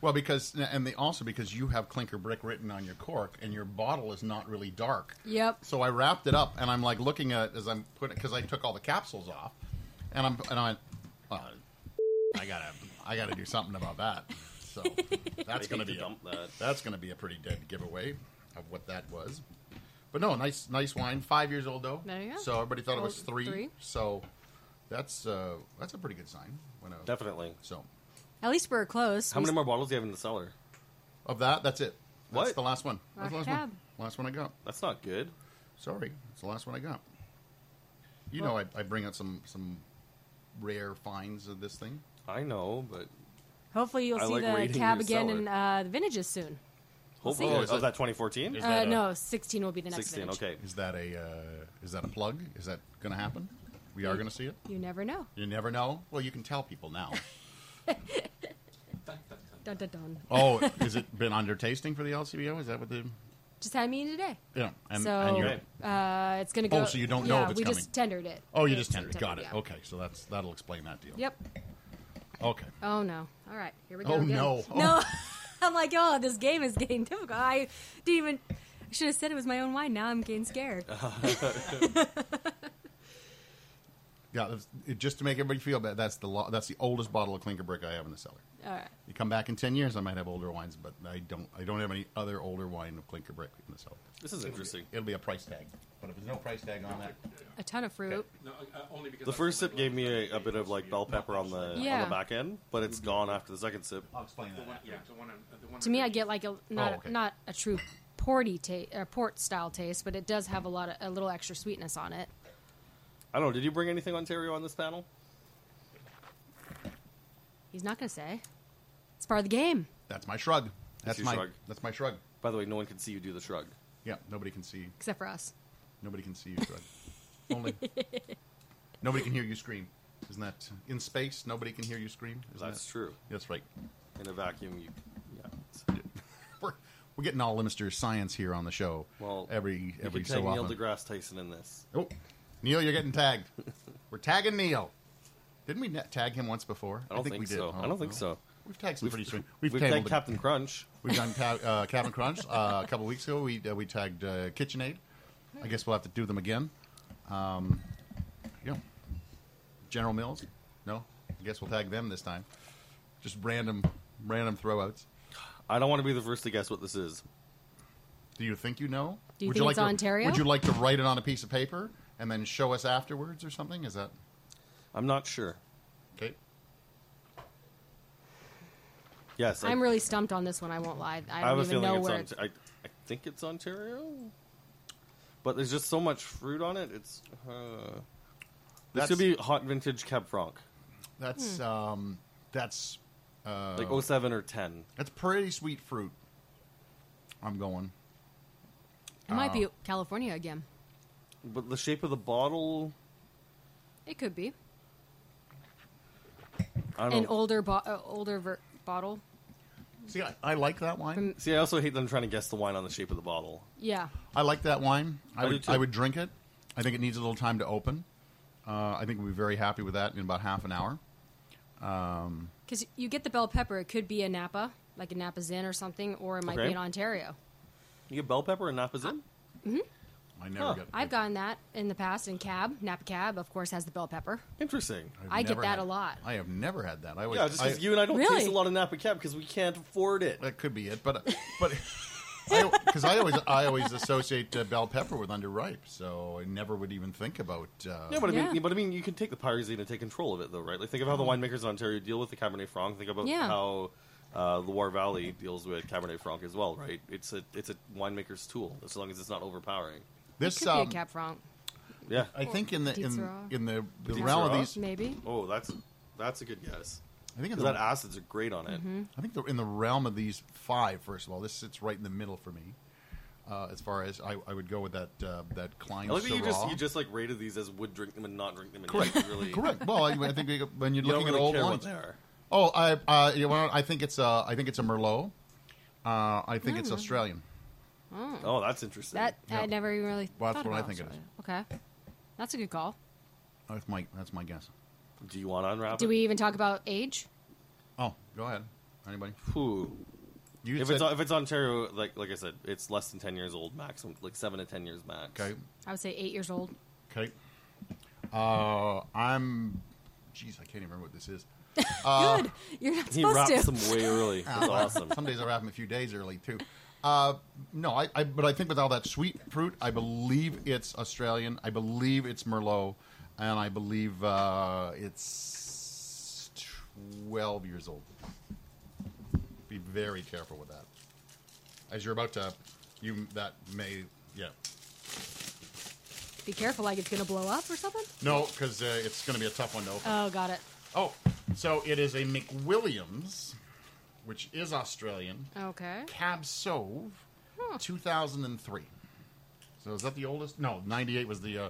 [SPEAKER 4] Well, because and they also because you have clinker brick written on your cork, and your bottle is not really dark.
[SPEAKER 6] yep,
[SPEAKER 4] So I wrapped it up, and I'm like looking at it as I'm putting because I took all the capsules off, and I'm and I, well, I gotta I gotta do something about that. So that's
[SPEAKER 5] I hate
[SPEAKER 4] gonna
[SPEAKER 5] to
[SPEAKER 4] be a,
[SPEAKER 5] dump that.
[SPEAKER 4] that's gonna be a pretty dead giveaway of what that was. But no, nice nice wine, five years old though.
[SPEAKER 6] There you go.
[SPEAKER 4] So everybody thought it was
[SPEAKER 6] Old-
[SPEAKER 4] three.
[SPEAKER 6] three.
[SPEAKER 4] So that's uh, that's a pretty good sign. When a,
[SPEAKER 5] Definitely.
[SPEAKER 4] So
[SPEAKER 6] at least we we're close.
[SPEAKER 5] How
[SPEAKER 6] We
[SPEAKER 5] many more bottles do you have in the cellar?
[SPEAKER 4] Of that, that's it. That's
[SPEAKER 5] What?
[SPEAKER 4] the last one. That's the last one.
[SPEAKER 6] Last cab.
[SPEAKER 4] Last one I got.
[SPEAKER 5] That's not good.
[SPEAKER 4] Sorry, it's the last one I got. You know, I, I bring out some some rare finds of this thing.
[SPEAKER 5] I know, but
[SPEAKER 6] Hopefully, you'll
[SPEAKER 5] I
[SPEAKER 6] see
[SPEAKER 5] like
[SPEAKER 6] the
[SPEAKER 5] reading
[SPEAKER 6] cab
[SPEAKER 5] your
[SPEAKER 6] again
[SPEAKER 5] cellar.
[SPEAKER 6] in uh, the vintages soon.
[SPEAKER 5] hopefully,
[SPEAKER 6] see.
[SPEAKER 5] oh,
[SPEAKER 4] Oh,
[SPEAKER 5] is
[SPEAKER 4] is it-
[SPEAKER 5] that 2014?
[SPEAKER 4] Is
[SPEAKER 6] Uh,
[SPEAKER 4] that a-
[SPEAKER 6] no, sixteen will be the next
[SPEAKER 5] 16.
[SPEAKER 6] vintage.
[SPEAKER 5] Okay,
[SPEAKER 4] Is that a uh, is that a plug? Is that going to happen? We are going to see it.
[SPEAKER 6] You never know.
[SPEAKER 4] You never know. Well, you can tell people
[SPEAKER 6] <laughs>
[SPEAKER 4] now.
[SPEAKER 6] Dun dun dun.
[SPEAKER 4] oh, is it been under tasting for the LCBO? Is that what the
[SPEAKER 6] Just had a meeting today.
[SPEAKER 4] yeah? And,
[SPEAKER 6] So-
[SPEAKER 4] and you're,
[SPEAKER 5] Okay.
[SPEAKER 6] Uh, it's gonna go.
[SPEAKER 4] Oh, so you don't know
[SPEAKER 6] yeah,
[SPEAKER 4] if it's
[SPEAKER 6] we
[SPEAKER 4] coming.
[SPEAKER 6] just tendered it.
[SPEAKER 4] oh, you
[SPEAKER 6] Yeah,
[SPEAKER 4] just tendered. it. Got it.
[SPEAKER 6] yeah.
[SPEAKER 4] Okay, so that's that'll explain that deal.
[SPEAKER 6] Yep.
[SPEAKER 4] Okay.
[SPEAKER 6] Oh no! All right, here we go.
[SPEAKER 4] Oh,
[SPEAKER 6] again.
[SPEAKER 4] no.
[SPEAKER 6] <laughs> No, I'm like, oh, this game is getting <laughs> difficult. I didn't even. I should have said it was my own wine. Now I'm getting scared.
[SPEAKER 4] Yeah, that's- it, just to make everybody feel bad, that's the lo- that's the oldest bottle of clinker brick I have in the cellar.
[SPEAKER 6] All right.
[SPEAKER 4] You come back in ten years, I might have older wines, but I don't. I don't have any other older wine of clinker brick in the cellar.
[SPEAKER 5] This is interesting.
[SPEAKER 4] It'll be a price tag, but if there's no price tag on that,
[SPEAKER 6] A ton of fruit.
[SPEAKER 7] No, uh, only because
[SPEAKER 5] The
[SPEAKER 7] I-
[SPEAKER 5] first sip gave me a, a bit of like bell pepper on the on
[SPEAKER 6] Yeah.
[SPEAKER 5] the back end, but
[SPEAKER 4] Mm-hmm.
[SPEAKER 5] it's gone after the second sip.
[SPEAKER 4] I'll explain that. after.
[SPEAKER 7] Yeah, the one
[SPEAKER 8] uh,
[SPEAKER 7] on- the one
[SPEAKER 6] To
[SPEAKER 7] on-
[SPEAKER 6] me, I get like a not
[SPEAKER 4] Oh, okay.
[SPEAKER 6] not a true porty taste, uh, port style taste, but it does have a lot of a little extra sweetness on it.
[SPEAKER 5] I don't know. Did you bring anything Ontario on this panel?
[SPEAKER 6] He's not gonna say. It's part of the game.
[SPEAKER 4] That's my shrug. That's
[SPEAKER 5] your
[SPEAKER 4] my
[SPEAKER 5] shrug.
[SPEAKER 4] That's my shrug.
[SPEAKER 5] By the way, no one can see you do the shrug.
[SPEAKER 4] Yeah, nobody can see.
[SPEAKER 6] Except for us.
[SPEAKER 4] Nobody can see you shrug. <laughs> Only nobody can hear you scream. Isn't that in space? Nobody can hear you scream. Isn't
[SPEAKER 5] That's
[SPEAKER 4] that-
[SPEAKER 5] true.
[SPEAKER 4] That's right.
[SPEAKER 5] In a vacuum, you. Yeah.
[SPEAKER 4] We're, we're getting all Limister science here on the show.
[SPEAKER 5] Well,
[SPEAKER 4] every
[SPEAKER 5] you
[SPEAKER 4] every
[SPEAKER 5] could
[SPEAKER 4] so
[SPEAKER 5] tag Neil
[SPEAKER 4] often.
[SPEAKER 5] deGrasse Tyson in this.
[SPEAKER 4] Oh, Neil, you're getting tagged. We're tagging Neil. Didn't we na- tag him once before?
[SPEAKER 5] I don't think,
[SPEAKER 4] we did.
[SPEAKER 5] so.
[SPEAKER 4] Oh,
[SPEAKER 5] I don't think
[SPEAKER 4] no.
[SPEAKER 5] so.
[SPEAKER 4] We've tagged some
[SPEAKER 5] <laughs>
[SPEAKER 4] pretty soon.
[SPEAKER 5] We've,
[SPEAKER 4] We've,
[SPEAKER 5] tagged
[SPEAKER 4] tagged
[SPEAKER 5] Captain Crunch.
[SPEAKER 4] We've done ta- uh, Cabin Crunch uh, a couple weeks ago. We uh, we tagged uh, KitchenAid. I guess we'll have to do them again. Um, yeah. General Mills. No, I guess we'll tag them this time. Just random random throwouts.
[SPEAKER 5] I don't want to be the first to guess what this is.
[SPEAKER 4] Do you think you know?
[SPEAKER 6] Do you think
[SPEAKER 4] like
[SPEAKER 6] it's
[SPEAKER 4] to,
[SPEAKER 6] Ontario?
[SPEAKER 4] Would you like to write it on a piece of paper and then show us afterwards or something? Is that
[SPEAKER 5] I'm not sure.
[SPEAKER 4] okay?
[SPEAKER 5] Yes, I,
[SPEAKER 6] I'm really stumped on this one. I won't lie. I
[SPEAKER 5] I have
[SPEAKER 6] don't
[SPEAKER 5] a
[SPEAKER 6] even
[SPEAKER 5] feeling
[SPEAKER 6] know
[SPEAKER 5] it's
[SPEAKER 6] where.
[SPEAKER 5] on.
[SPEAKER 6] it-
[SPEAKER 5] I, I think it's Ontario, but there's just so much fruit on it. It's uh, this
[SPEAKER 4] That's-
[SPEAKER 5] could be hot vintage Cab Franc,
[SPEAKER 4] That's
[SPEAKER 6] Hmm.
[SPEAKER 4] um, that's Oh.
[SPEAKER 5] like 07 or 10.
[SPEAKER 4] that's pretty sweet fruit. I'm going.
[SPEAKER 6] it might
[SPEAKER 5] oh.
[SPEAKER 6] be California again.
[SPEAKER 5] But the shape of the bottle,
[SPEAKER 6] It could be
[SPEAKER 5] I don't
[SPEAKER 6] an older bo- uh, older ver- bottle.
[SPEAKER 4] See, I, I like that wine.
[SPEAKER 6] From-
[SPEAKER 5] See, I also hate them trying to guess the wine on the shape of the bottle.
[SPEAKER 6] Yeah.
[SPEAKER 4] I like that wine. I,
[SPEAKER 5] I do
[SPEAKER 4] would
[SPEAKER 5] too.
[SPEAKER 4] I would drink it. I think it needs a little time to open. Uh, I think we'll be very happy with that in about half an hour.
[SPEAKER 6] Because you get the bell pepper, it could be a Napa, like a Napa's Inn or something, or it might
[SPEAKER 5] Okay.
[SPEAKER 6] be in Ontario.
[SPEAKER 5] You get bell pepper and Napa's in?
[SPEAKER 4] I never
[SPEAKER 5] Huh.
[SPEAKER 4] get.
[SPEAKER 6] Oh, I've gotten that in the past in Cab. Napa Cab, of course, has the bell pepper.
[SPEAKER 5] Interesting.
[SPEAKER 4] I've
[SPEAKER 6] I get
[SPEAKER 4] never
[SPEAKER 6] that
[SPEAKER 4] had-
[SPEAKER 6] a lot.
[SPEAKER 4] I have never had that. I always,
[SPEAKER 5] Yeah, just
[SPEAKER 4] I,
[SPEAKER 5] because you and I don't
[SPEAKER 6] Really?
[SPEAKER 5] taste a lot of Napa Cab because we can't afford it.
[SPEAKER 4] that could be
[SPEAKER 5] <laughs>
[SPEAKER 4] it, but but because I, always I always associate uh, bell pepper with underripe, so I never would even think about. Uh,
[SPEAKER 5] Yeah, but I mean,
[SPEAKER 6] Yeah. Mm-hmm.
[SPEAKER 5] yeah, but I mean, you can take the Pyrazine and take control of it, though, right? Like, think of how the winemakers in Ontario deal with the Cabernet Franc. Think about
[SPEAKER 6] Yeah.
[SPEAKER 5] how uh, Loire Valley deals with Cabernet Franc as well, right? It's a it's a winemaker's tool as long as it's not overpowering.
[SPEAKER 4] this
[SPEAKER 6] Could
[SPEAKER 4] um,
[SPEAKER 6] be a Cab Franc,
[SPEAKER 5] Yeah.
[SPEAKER 4] I think in the in,
[SPEAKER 6] Dietzeroth.
[SPEAKER 4] in the, the
[SPEAKER 5] Dietzeroth?
[SPEAKER 4] realm of these,
[SPEAKER 6] maybe.
[SPEAKER 5] oh, that's that's a good guess.
[SPEAKER 4] I think in
[SPEAKER 5] 'Cause
[SPEAKER 4] the,
[SPEAKER 5] that acids are great on it.
[SPEAKER 6] Mm-hmm.
[SPEAKER 4] I think the, in the realm of these five, first of all, this sits right in the middle for me. Uh, as far as I, I would go with that uh, that Klein
[SPEAKER 5] I like that you just
[SPEAKER 4] Syrah.
[SPEAKER 5] you just like rated these as would drink them and not drink them. And
[SPEAKER 4] Correct.
[SPEAKER 5] don't Really,
[SPEAKER 4] correct. Well, I, I think we, when you're
[SPEAKER 5] You don't
[SPEAKER 4] looking
[SPEAKER 5] really
[SPEAKER 4] at old
[SPEAKER 5] care
[SPEAKER 4] wines,
[SPEAKER 5] what they are.
[SPEAKER 4] oh, I uh, you know, I think it's a, I think it's a Merlot. Uh, I think it's Australian.
[SPEAKER 5] Oh, that's interesting.
[SPEAKER 6] Hmm. That
[SPEAKER 4] Yeah.
[SPEAKER 6] I never even really.
[SPEAKER 4] Well, that's
[SPEAKER 6] thought
[SPEAKER 4] what I
[SPEAKER 6] about
[SPEAKER 4] think it is.
[SPEAKER 6] Australia. Okay, that's a good call.
[SPEAKER 4] That's my that's my guess.
[SPEAKER 5] Do you want to unwrap?
[SPEAKER 6] Do
[SPEAKER 5] it?
[SPEAKER 6] we even talk about age?
[SPEAKER 4] Oh, go ahead. Anybody?
[SPEAKER 5] Phew.
[SPEAKER 4] You
[SPEAKER 5] If
[SPEAKER 4] said-
[SPEAKER 5] it's if it's Ontario, like like I said, it's less than ten years old maximum, like seven to ten years max.
[SPEAKER 4] okay,
[SPEAKER 6] I would say eight years old.
[SPEAKER 4] okay. Uh, I'm. Jeez, I can't even remember what this is. Uh,
[SPEAKER 6] Good. You're not
[SPEAKER 5] He
[SPEAKER 6] supposed to.
[SPEAKER 5] wraps them way <laughs> early. That's awesome.
[SPEAKER 4] Some days I wrap them a few days early too. Uh, no, I, I but I think with all that sweet fruit, I believe it's Australian. I believe it's Merlot, and I believe uh, it's twelve years old. Be very careful with that. As you're about to, you that may yeah.
[SPEAKER 6] Be careful, like it's gonna blow up or something.
[SPEAKER 4] No, because uh, it's going to be a tough one to open.
[SPEAKER 6] Oh, got it.
[SPEAKER 4] oh, so it is a McWilliams, which is Australian.
[SPEAKER 6] Okay.
[SPEAKER 4] Cab Sauv, 2003. So is that the oldest? No, 98 was the uh,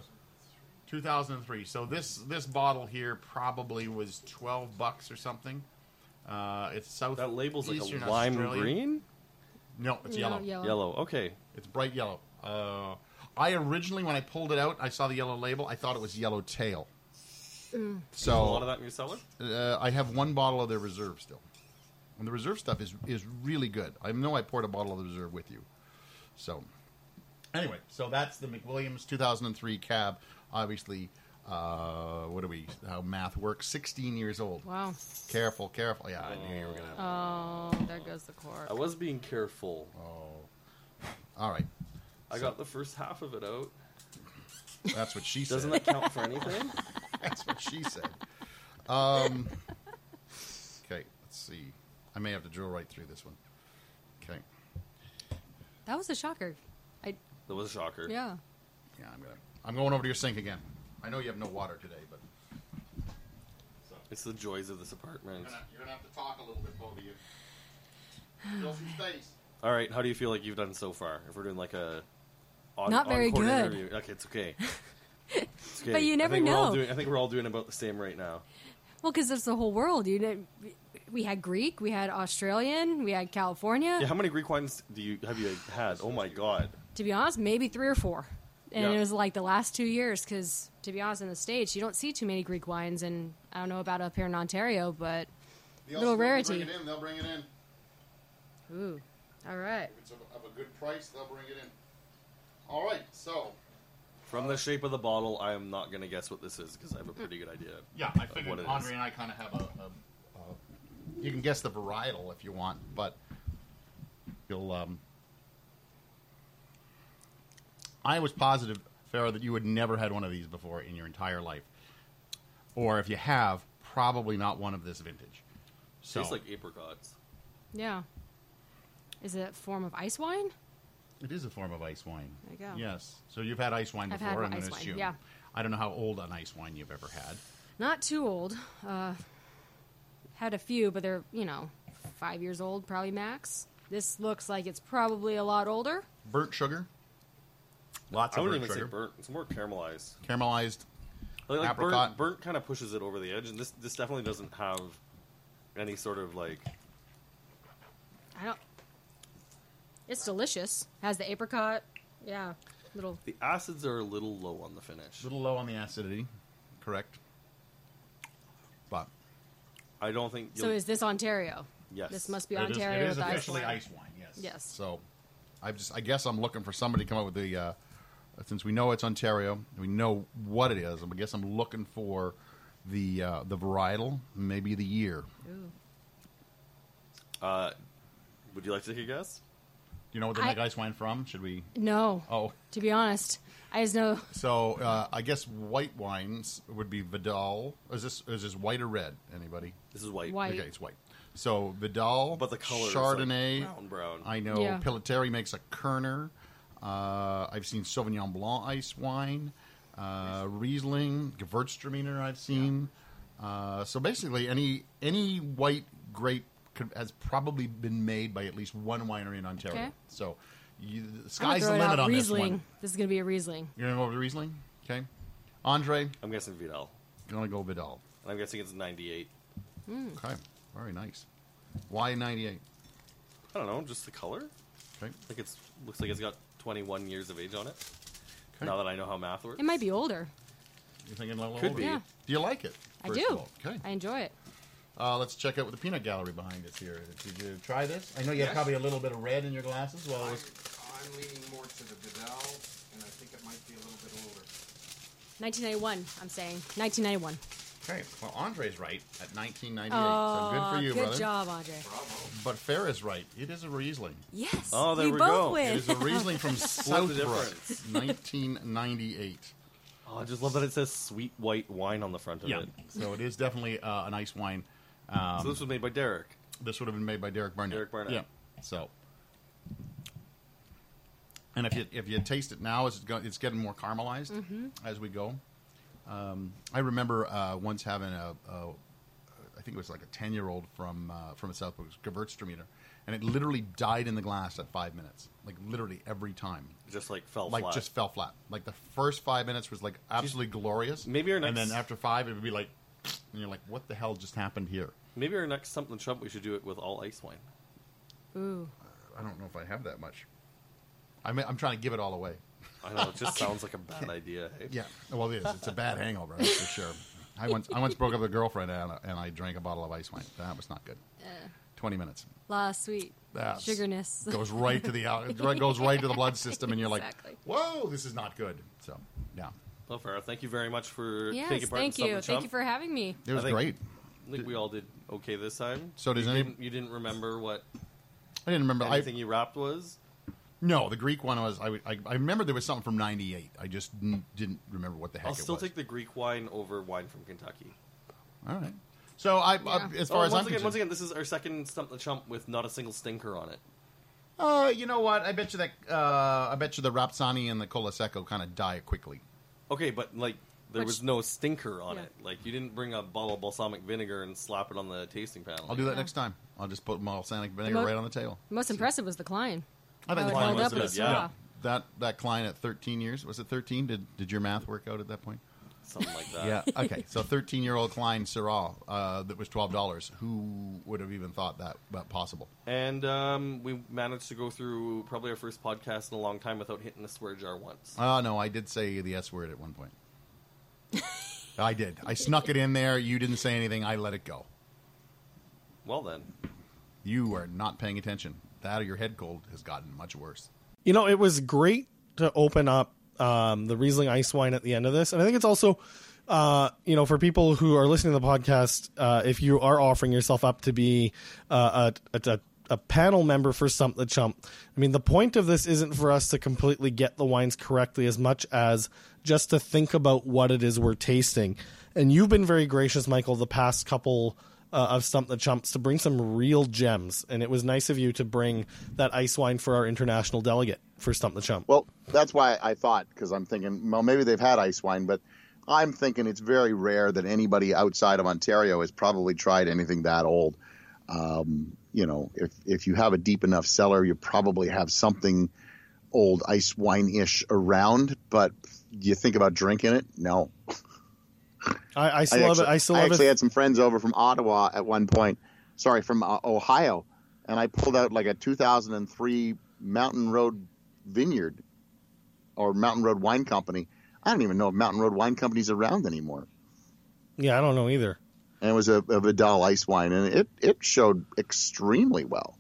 [SPEAKER 4] 2003. So this this bottle here probably was 12 bucks or something. Uh, it's south.
[SPEAKER 5] That label's like
[SPEAKER 4] Eastern
[SPEAKER 5] a lime
[SPEAKER 4] Australian.
[SPEAKER 5] green,
[SPEAKER 4] No, it's yellow.
[SPEAKER 6] No, yellow.
[SPEAKER 5] yellow. Okay,
[SPEAKER 4] It's bright yellow. Uh, I originally, when I pulled it out, I saw the yellow label. I thought it was yellow tail.
[SPEAKER 5] A lot of
[SPEAKER 4] So
[SPEAKER 5] that in your cellar?
[SPEAKER 4] uh, I have one bottle of their reserve still, and the reserve stuff is is really good. I know I poured a bottle of the reserve with you. So anyway, so that's the McWilliams 2003 cab. Obviously, uh, what do we? How math works? 16 years old.
[SPEAKER 7] Wow.
[SPEAKER 4] Careful, careful. Yeah, I knew you were gonna.
[SPEAKER 7] Oh, there goes the cork.
[SPEAKER 5] I was being careful.
[SPEAKER 4] All right,
[SPEAKER 5] I got the first half of it out.
[SPEAKER 4] that's what she said.
[SPEAKER 5] Doesn't that count for anything? <laughs>
[SPEAKER 4] That's what she said. Um, <laughs> okay, let's see. I may have to drill right through this one. Okay,
[SPEAKER 6] That was a shocker. I
[SPEAKER 5] That was a shocker.
[SPEAKER 6] yeah.
[SPEAKER 4] yeah, I'm gonna. I'm going over to your sink again. I know you have no water today, but
[SPEAKER 5] It's the joys of this apartment.
[SPEAKER 4] you're gonna, you're gonna have to talk a little bit, both of
[SPEAKER 6] <sighs>
[SPEAKER 4] you. Fill some space.
[SPEAKER 5] All right, how do you feel like you've done so far? If we're doing like a on,
[SPEAKER 6] Not very
[SPEAKER 5] encore
[SPEAKER 6] good.
[SPEAKER 5] interview, okay, it's
[SPEAKER 6] <laughs>
[SPEAKER 5] okay. It's okay.
[SPEAKER 6] But you never
[SPEAKER 5] I think We're all
[SPEAKER 6] know.
[SPEAKER 5] doing, I think we're all doing about the same right
[SPEAKER 6] <laughs>
[SPEAKER 5] now.
[SPEAKER 6] Well, because it's the whole world. You know, we had Greek, we had Australian, we had California.
[SPEAKER 5] Yeah, how many Greek wines do you have you had? Oh my god,
[SPEAKER 6] To be honest, maybe three or four. And
[SPEAKER 5] Yeah.
[SPEAKER 6] it was like the last two years, because to be honest, in the states, you don't see too many Greek wines, and I don't know about up here in Ontario, but
[SPEAKER 4] The Austrians
[SPEAKER 6] Little
[SPEAKER 4] will
[SPEAKER 6] rarity.
[SPEAKER 4] Bring it in. They'll bring it in.
[SPEAKER 6] ooh, all right.
[SPEAKER 4] If it's of of a good price, they'll bring it in. All right, so
[SPEAKER 5] From the shape of the bottle, I am not going to guess what this is because I have a pretty good idea.
[SPEAKER 4] Yeah, I
[SPEAKER 5] of
[SPEAKER 4] figured
[SPEAKER 5] Uh, what it is.
[SPEAKER 4] Andre and I kind of have a, a, a. You can guess the varietal if you want, but you'll. Um, I was positive, Farah, that you had never had one of these before in your entire life, or if you have, probably not one of this vintage. So
[SPEAKER 5] Tastes like apricots.
[SPEAKER 6] Yeah. Is it a form of ice wine?
[SPEAKER 4] it is a form of ice wine.
[SPEAKER 7] There you go.
[SPEAKER 4] Yes, so you've had ice wine
[SPEAKER 6] I've
[SPEAKER 4] before.
[SPEAKER 6] had
[SPEAKER 4] I'm going
[SPEAKER 6] ice
[SPEAKER 4] to
[SPEAKER 6] wine,
[SPEAKER 4] assume.
[SPEAKER 6] yeah.
[SPEAKER 4] I don't know how old an ice wine you've ever had.
[SPEAKER 6] Not too old. Uh, had a few, but they're, you know, five years old, probably max. This looks like it's probably a lot older.
[SPEAKER 4] Burnt sugar. Lots
[SPEAKER 5] I
[SPEAKER 4] of
[SPEAKER 5] wouldn't
[SPEAKER 4] burnt
[SPEAKER 5] even
[SPEAKER 4] sugar.
[SPEAKER 5] say burnt. It's more caramelized.
[SPEAKER 4] Caramelized.
[SPEAKER 5] Like, like
[SPEAKER 4] Apricot.
[SPEAKER 5] burnt, burnt kind of pushes it over the edge, and this this definitely doesn't have any sort of like.
[SPEAKER 6] I don't. It's delicious. Has the apricot. Yeah. Little.
[SPEAKER 5] The acids are a little low on the finish.
[SPEAKER 4] A little low on the acidity, correct? But
[SPEAKER 5] I don't think.
[SPEAKER 6] So
[SPEAKER 5] you'll-
[SPEAKER 6] is this Ontario?
[SPEAKER 5] Yes.
[SPEAKER 6] This must be
[SPEAKER 4] it is,
[SPEAKER 6] Ontario
[SPEAKER 4] it is
[SPEAKER 6] with the
[SPEAKER 4] officially
[SPEAKER 6] ice wine.
[SPEAKER 4] ice wine. Yes.
[SPEAKER 6] Yes.
[SPEAKER 4] So, I just I guess I'm looking for somebody to come up with the. Uh, since we know it's Ontario, we know what it is. I guess I'm looking for the uh, the varietal, maybe the year. Do
[SPEAKER 5] Uh, would you like to take a guess?
[SPEAKER 4] you know what they
[SPEAKER 6] I-
[SPEAKER 4] make ice wine from? Should we?
[SPEAKER 6] No.
[SPEAKER 4] Oh,
[SPEAKER 6] To be honest, I just know.
[SPEAKER 4] so uh, I guess white wines would be Vidal. Is this is this white or red? Anybody?
[SPEAKER 5] This is white.
[SPEAKER 6] White.
[SPEAKER 4] Okay, it's white. So Vidal,
[SPEAKER 5] But the color is, like,
[SPEAKER 4] Chardonnay,
[SPEAKER 5] brown, brown.
[SPEAKER 4] I know
[SPEAKER 6] Yeah.
[SPEAKER 4] Pilateri makes a Kerner. Uh, I've seen Sauvignon Blanc ice wine, uh, Riesling, Gewürztraminer. I've seen. Uh, so basically, any any white grape could, has probably been made by at least one winery in Ontario.
[SPEAKER 6] Okay.
[SPEAKER 4] So you, the
[SPEAKER 6] I'm gonna
[SPEAKER 4] sky's the
[SPEAKER 6] throw it
[SPEAKER 4] limit
[SPEAKER 6] out.
[SPEAKER 4] on
[SPEAKER 6] Riesling.
[SPEAKER 4] this one.
[SPEAKER 6] is gonna be a Riesling.
[SPEAKER 4] You're gonna go with Riesling, okay? Andre,
[SPEAKER 5] I'm guessing Vidal,
[SPEAKER 4] gonna go Vidal.
[SPEAKER 5] and I'm guessing it's 98.
[SPEAKER 6] Hmm.
[SPEAKER 4] Okay, very nice. Why 98?
[SPEAKER 5] I don't know, just the color.
[SPEAKER 4] Okay.
[SPEAKER 5] Like it's looks like it's got 21 years of age on it.
[SPEAKER 4] Okay.
[SPEAKER 5] Now that I know how math works,
[SPEAKER 6] It might be older.
[SPEAKER 4] You're thinking a little
[SPEAKER 5] Could
[SPEAKER 4] older?
[SPEAKER 5] be.
[SPEAKER 6] Yeah.
[SPEAKER 4] Do you like it?
[SPEAKER 6] I
[SPEAKER 4] first
[SPEAKER 6] do.
[SPEAKER 4] of all? Okay.
[SPEAKER 6] I enjoy it.
[SPEAKER 4] Uh, let's check out with the peanut gallery behind us here. Did you try this? I know you had
[SPEAKER 8] Yes.
[SPEAKER 4] probably a little bit of red in your glasses. Well, it
[SPEAKER 8] I'm,
[SPEAKER 4] was
[SPEAKER 8] I'm leaning more to the Vidal, and I think it might be a little bit older.
[SPEAKER 6] 1991. I'm saying 1991.
[SPEAKER 4] okay. Well, Andre's right at 1998. so
[SPEAKER 6] Oh,
[SPEAKER 4] good for you,
[SPEAKER 6] good
[SPEAKER 4] brother.
[SPEAKER 6] job, Andre.
[SPEAKER 4] But Fair is right. It is a
[SPEAKER 6] <laughs>
[SPEAKER 4] Riesling.
[SPEAKER 6] Yes.
[SPEAKER 5] Oh, there
[SPEAKER 6] we,
[SPEAKER 5] we
[SPEAKER 6] both
[SPEAKER 5] go.
[SPEAKER 6] win.
[SPEAKER 4] It is a Riesling
[SPEAKER 6] <laughs>
[SPEAKER 4] from
[SPEAKER 5] What's the
[SPEAKER 4] Southbrook,
[SPEAKER 5] difference?
[SPEAKER 4] 1998.
[SPEAKER 5] Oh, I just love that it says sweet white wine on the front of
[SPEAKER 4] Yeah. Um,
[SPEAKER 5] it.
[SPEAKER 4] So it is definitely uh, an ice wine.
[SPEAKER 5] so this was made by Derek.
[SPEAKER 4] This would have been made by Derek Barnett.
[SPEAKER 5] Derek Barnett.
[SPEAKER 4] Yeah. So. And if you if you taste it now, it's go, it's getting more caramelized as we go. Um, I remember uh, once having a, a, I think it was like a ten year old from uh, from a Southbrook Gewürztraminer, and it literally died in the glass at five minutes, like literally every time,
[SPEAKER 5] It Just like fell
[SPEAKER 4] like
[SPEAKER 5] flat.
[SPEAKER 4] just fell flat. Like the first five minutes was like absolutely glorious.
[SPEAKER 5] Maybe our
[SPEAKER 4] and
[SPEAKER 5] next-
[SPEAKER 4] then after five, it would be like, and you're like, what the hell just happened here?
[SPEAKER 5] Maybe our next something Trump, we should do it with all ice wine.
[SPEAKER 6] Ooh.
[SPEAKER 4] I don't know if I have that much. I mean, I'm trying to give it all away. <laughs>
[SPEAKER 5] I know it just sounds like a bad idea. eh? Hey?
[SPEAKER 4] <laughs> Yeah. Well, it is. It's a bad hangover, that's for sure. I once I once broke up with a girlfriend and I, and I drank a bottle of ice wine. That was not good. Twenty minutes.
[SPEAKER 6] La sweet
[SPEAKER 4] That's-
[SPEAKER 6] sugarness.
[SPEAKER 4] <laughs>
[SPEAKER 6] <laughs>
[SPEAKER 4] goes right to the al- right- goes right to the blood system, and you're like,
[SPEAKER 7] Exactly.
[SPEAKER 4] whoa, this is not good. So yeah,
[SPEAKER 5] Well, Farah, thank you very much for
[SPEAKER 6] Yes,
[SPEAKER 5] taking part
[SPEAKER 6] thank
[SPEAKER 5] in Stump
[SPEAKER 6] you.
[SPEAKER 5] and
[SPEAKER 6] Thank
[SPEAKER 5] Chump.
[SPEAKER 6] you for having me.
[SPEAKER 4] it was
[SPEAKER 5] think-
[SPEAKER 4] great.
[SPEAKER 5] I think we all did okay this time.
[SPEAKER 4] So does
[SPEAKER 5] you
[SPEAKER 4] any-
[SPEAKER 5] didn't, you didn't remember what
[SPEAKER 4] I didn't remember. I,
[SPEAKER 5] anything you wrapped was?
[SPEAKER 4] no, the Greek one was. I, I I remember there was something from '98. I just n- didn't remember what the heck
[SPEAKER 5] I'll
[SPEAKER 4] it
[SPEAKER 5] still
[SPEAKER 4] was.
[SPEAKER 5] take the Greek wine over wine from Kentucky.
[SPEAKER 4] All right. So I, uh, as far
[SPEAKER 5] Oh, once
[SPEAKER 4] as I'm
[SPEAKER 5] again,
[SPEAKER 4] concerned,
[SPEAKER 5] once again, this is our second Stump the Chump with not a single stinker on it.
[SPEAKER 4] Uh, you know what? I bet you that uh, I bet you the Rapsani and the Colaseco kind of die quickly.
[SPEAKER 5] Okay, but like there
[SPEAKER 6] Which-
[SPEAKER 5] was no stinker on
[SPEAKER 6] Yeah.
[SPEAKER 5] it. Like you didn't bring a bottle of balsamic vinegar and slap it on the tasting panel.
[SPEAKER 4] I'll do that next time. I'll just put balsamic vinegar
[SPEAKER 6] Mo-
[SPEAKER 4] right on the table.
[SPEAKER 6] Most impressive was the Klein.
[SPEAKER 4] I
[SPEAKER 6] How
[SPEAKER 4] think
[SPEAKER 6] it
[SPEAKER 5] Klein
[SPEAKER 6] held
[SPEAKER 5] was
[SPEAKER 6] up
[SPEAKER 5] good,
[SPEAKER 6] as
[SPEAKER 5] yeah.
[SPEAKER 6] raw.
[SPEAKER 4] that that client at 13 years was it 13? Did did your math work out at that point?
[SPEAKER 5] something like that. <laughs>
[SPEAKER 4] Yeah. Okay. So 13 year old Klein Syrah uh, that was twelve dollars. Who would have even thought that that possible?
[SPEAKER 5] And um, we managed to go through probably our first podcast in a long time without hitting the swear jar once.
[SPEAKER 4] Oh no, I did say the S word at one point. I did. I snuck it in there. You didn't say anything. I let it go.
[SPEAKER 5] Well then,
[SPEAKER 4] You are not paying attention. That or your head cold has gotten much worse.
[SPEAKER 2] You know, it was great to open up um, the Riesling ice wine at the end of this, and I think it's also, uh, you know, for people who are listening to the podcast, uh, if you are offering yourself up to be uh, a, a, a panel member for Stump the Chump, I mean, the point of this isn't for us to completely get the wines correctly as much as just to think about what it is we're tasting. And you've been very gracious, Michael, the past couple uh, of Stump the Chumps to bring some real gems. And it was nice of you to bring that ice wine for our international delegate for Stump the Chump.
[SPEAKER 3] Well, that's why I thought because I'm thinking, well, maybe they've had ice wine, but I'm thinking it's very rare that anybody outside of Ontario has probably tried anything that old. Um, you know, if if you have a deep enough cellar, you probably have something old ice wine ish around. But you think about drinking it? No,
[SPEAKER 2] I, I still love
[SPEAKER 3] actually,
[SPEAKER 2] it. I still
[SPEAKER 3] I
[SPEAKER 2] love
[SPEAKER 3] actually
[SPEAKER 2] it.
[SPEAKER 3] had some friends over from Ottawa at one point. Sorry, from uh, Ohio, and I pulled out like a 2003 Mountain Road Vineyard or Mountain Road Wine Company. I don't even know if Mountain Road Wine Company's around anymore.
[SPEAKER 2] yeah, I don't know either.
[SPEAKER 3] And it was a, a Vidal ice wine, and it it showed extremely well.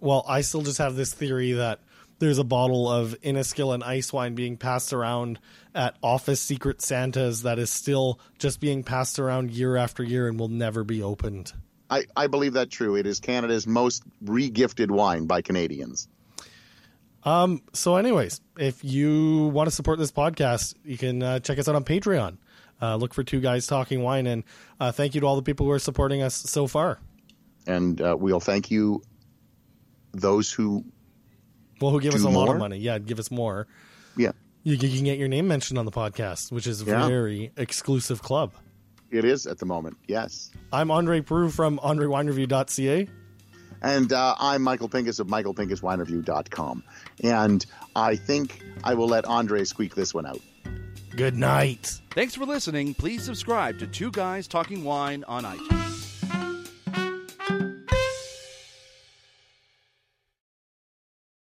[SPEAKER 2] Well, I still just have this theory that there's a bottle of Inniskillen ice wine being passed around at office secret Santas that is still just being passed around year after year and will never be opened.
[SPEAKER 3] I, I believe that true. It is Canada's most regifted wine by Canadians.
[SPEAKER 2] so anyways if you want to support this podcast you can uh, check us out on patreon uh, look for two guys talking wine and uh, thank you to all the people who are supporting us so far
[SPEAKER 3] And uh, we'll thank you, those who
[SPEAKER 2] well who give
[SPEAKER 3] Do
[SPEAKER 2] us a lot
[SPEAKER 3] more?
[SPEAKER 2] of money yeah give us more
[SPEAKER 3] yeah.
[SPEAKER 2] you, you can get your name mentioned on the podcast which is a
[SPEAKER 3] Yeah.
[SPEAKER 2] very exclusive club
[SPEAKER 3] It is at the moment, yes.
[SPEAKER 2] i'm andre prue from andrewinereview.ca
[SPEAKER 3] And uh, I'm Michael Pincus of MichaelPincusWineReview.com. And I think I will let Andre squeak this one out.
[SPEAKER 2] good night
[SPEAKER 1] Thanks for listening. Please subscribe to Two Guys Talking Wine on iTunes.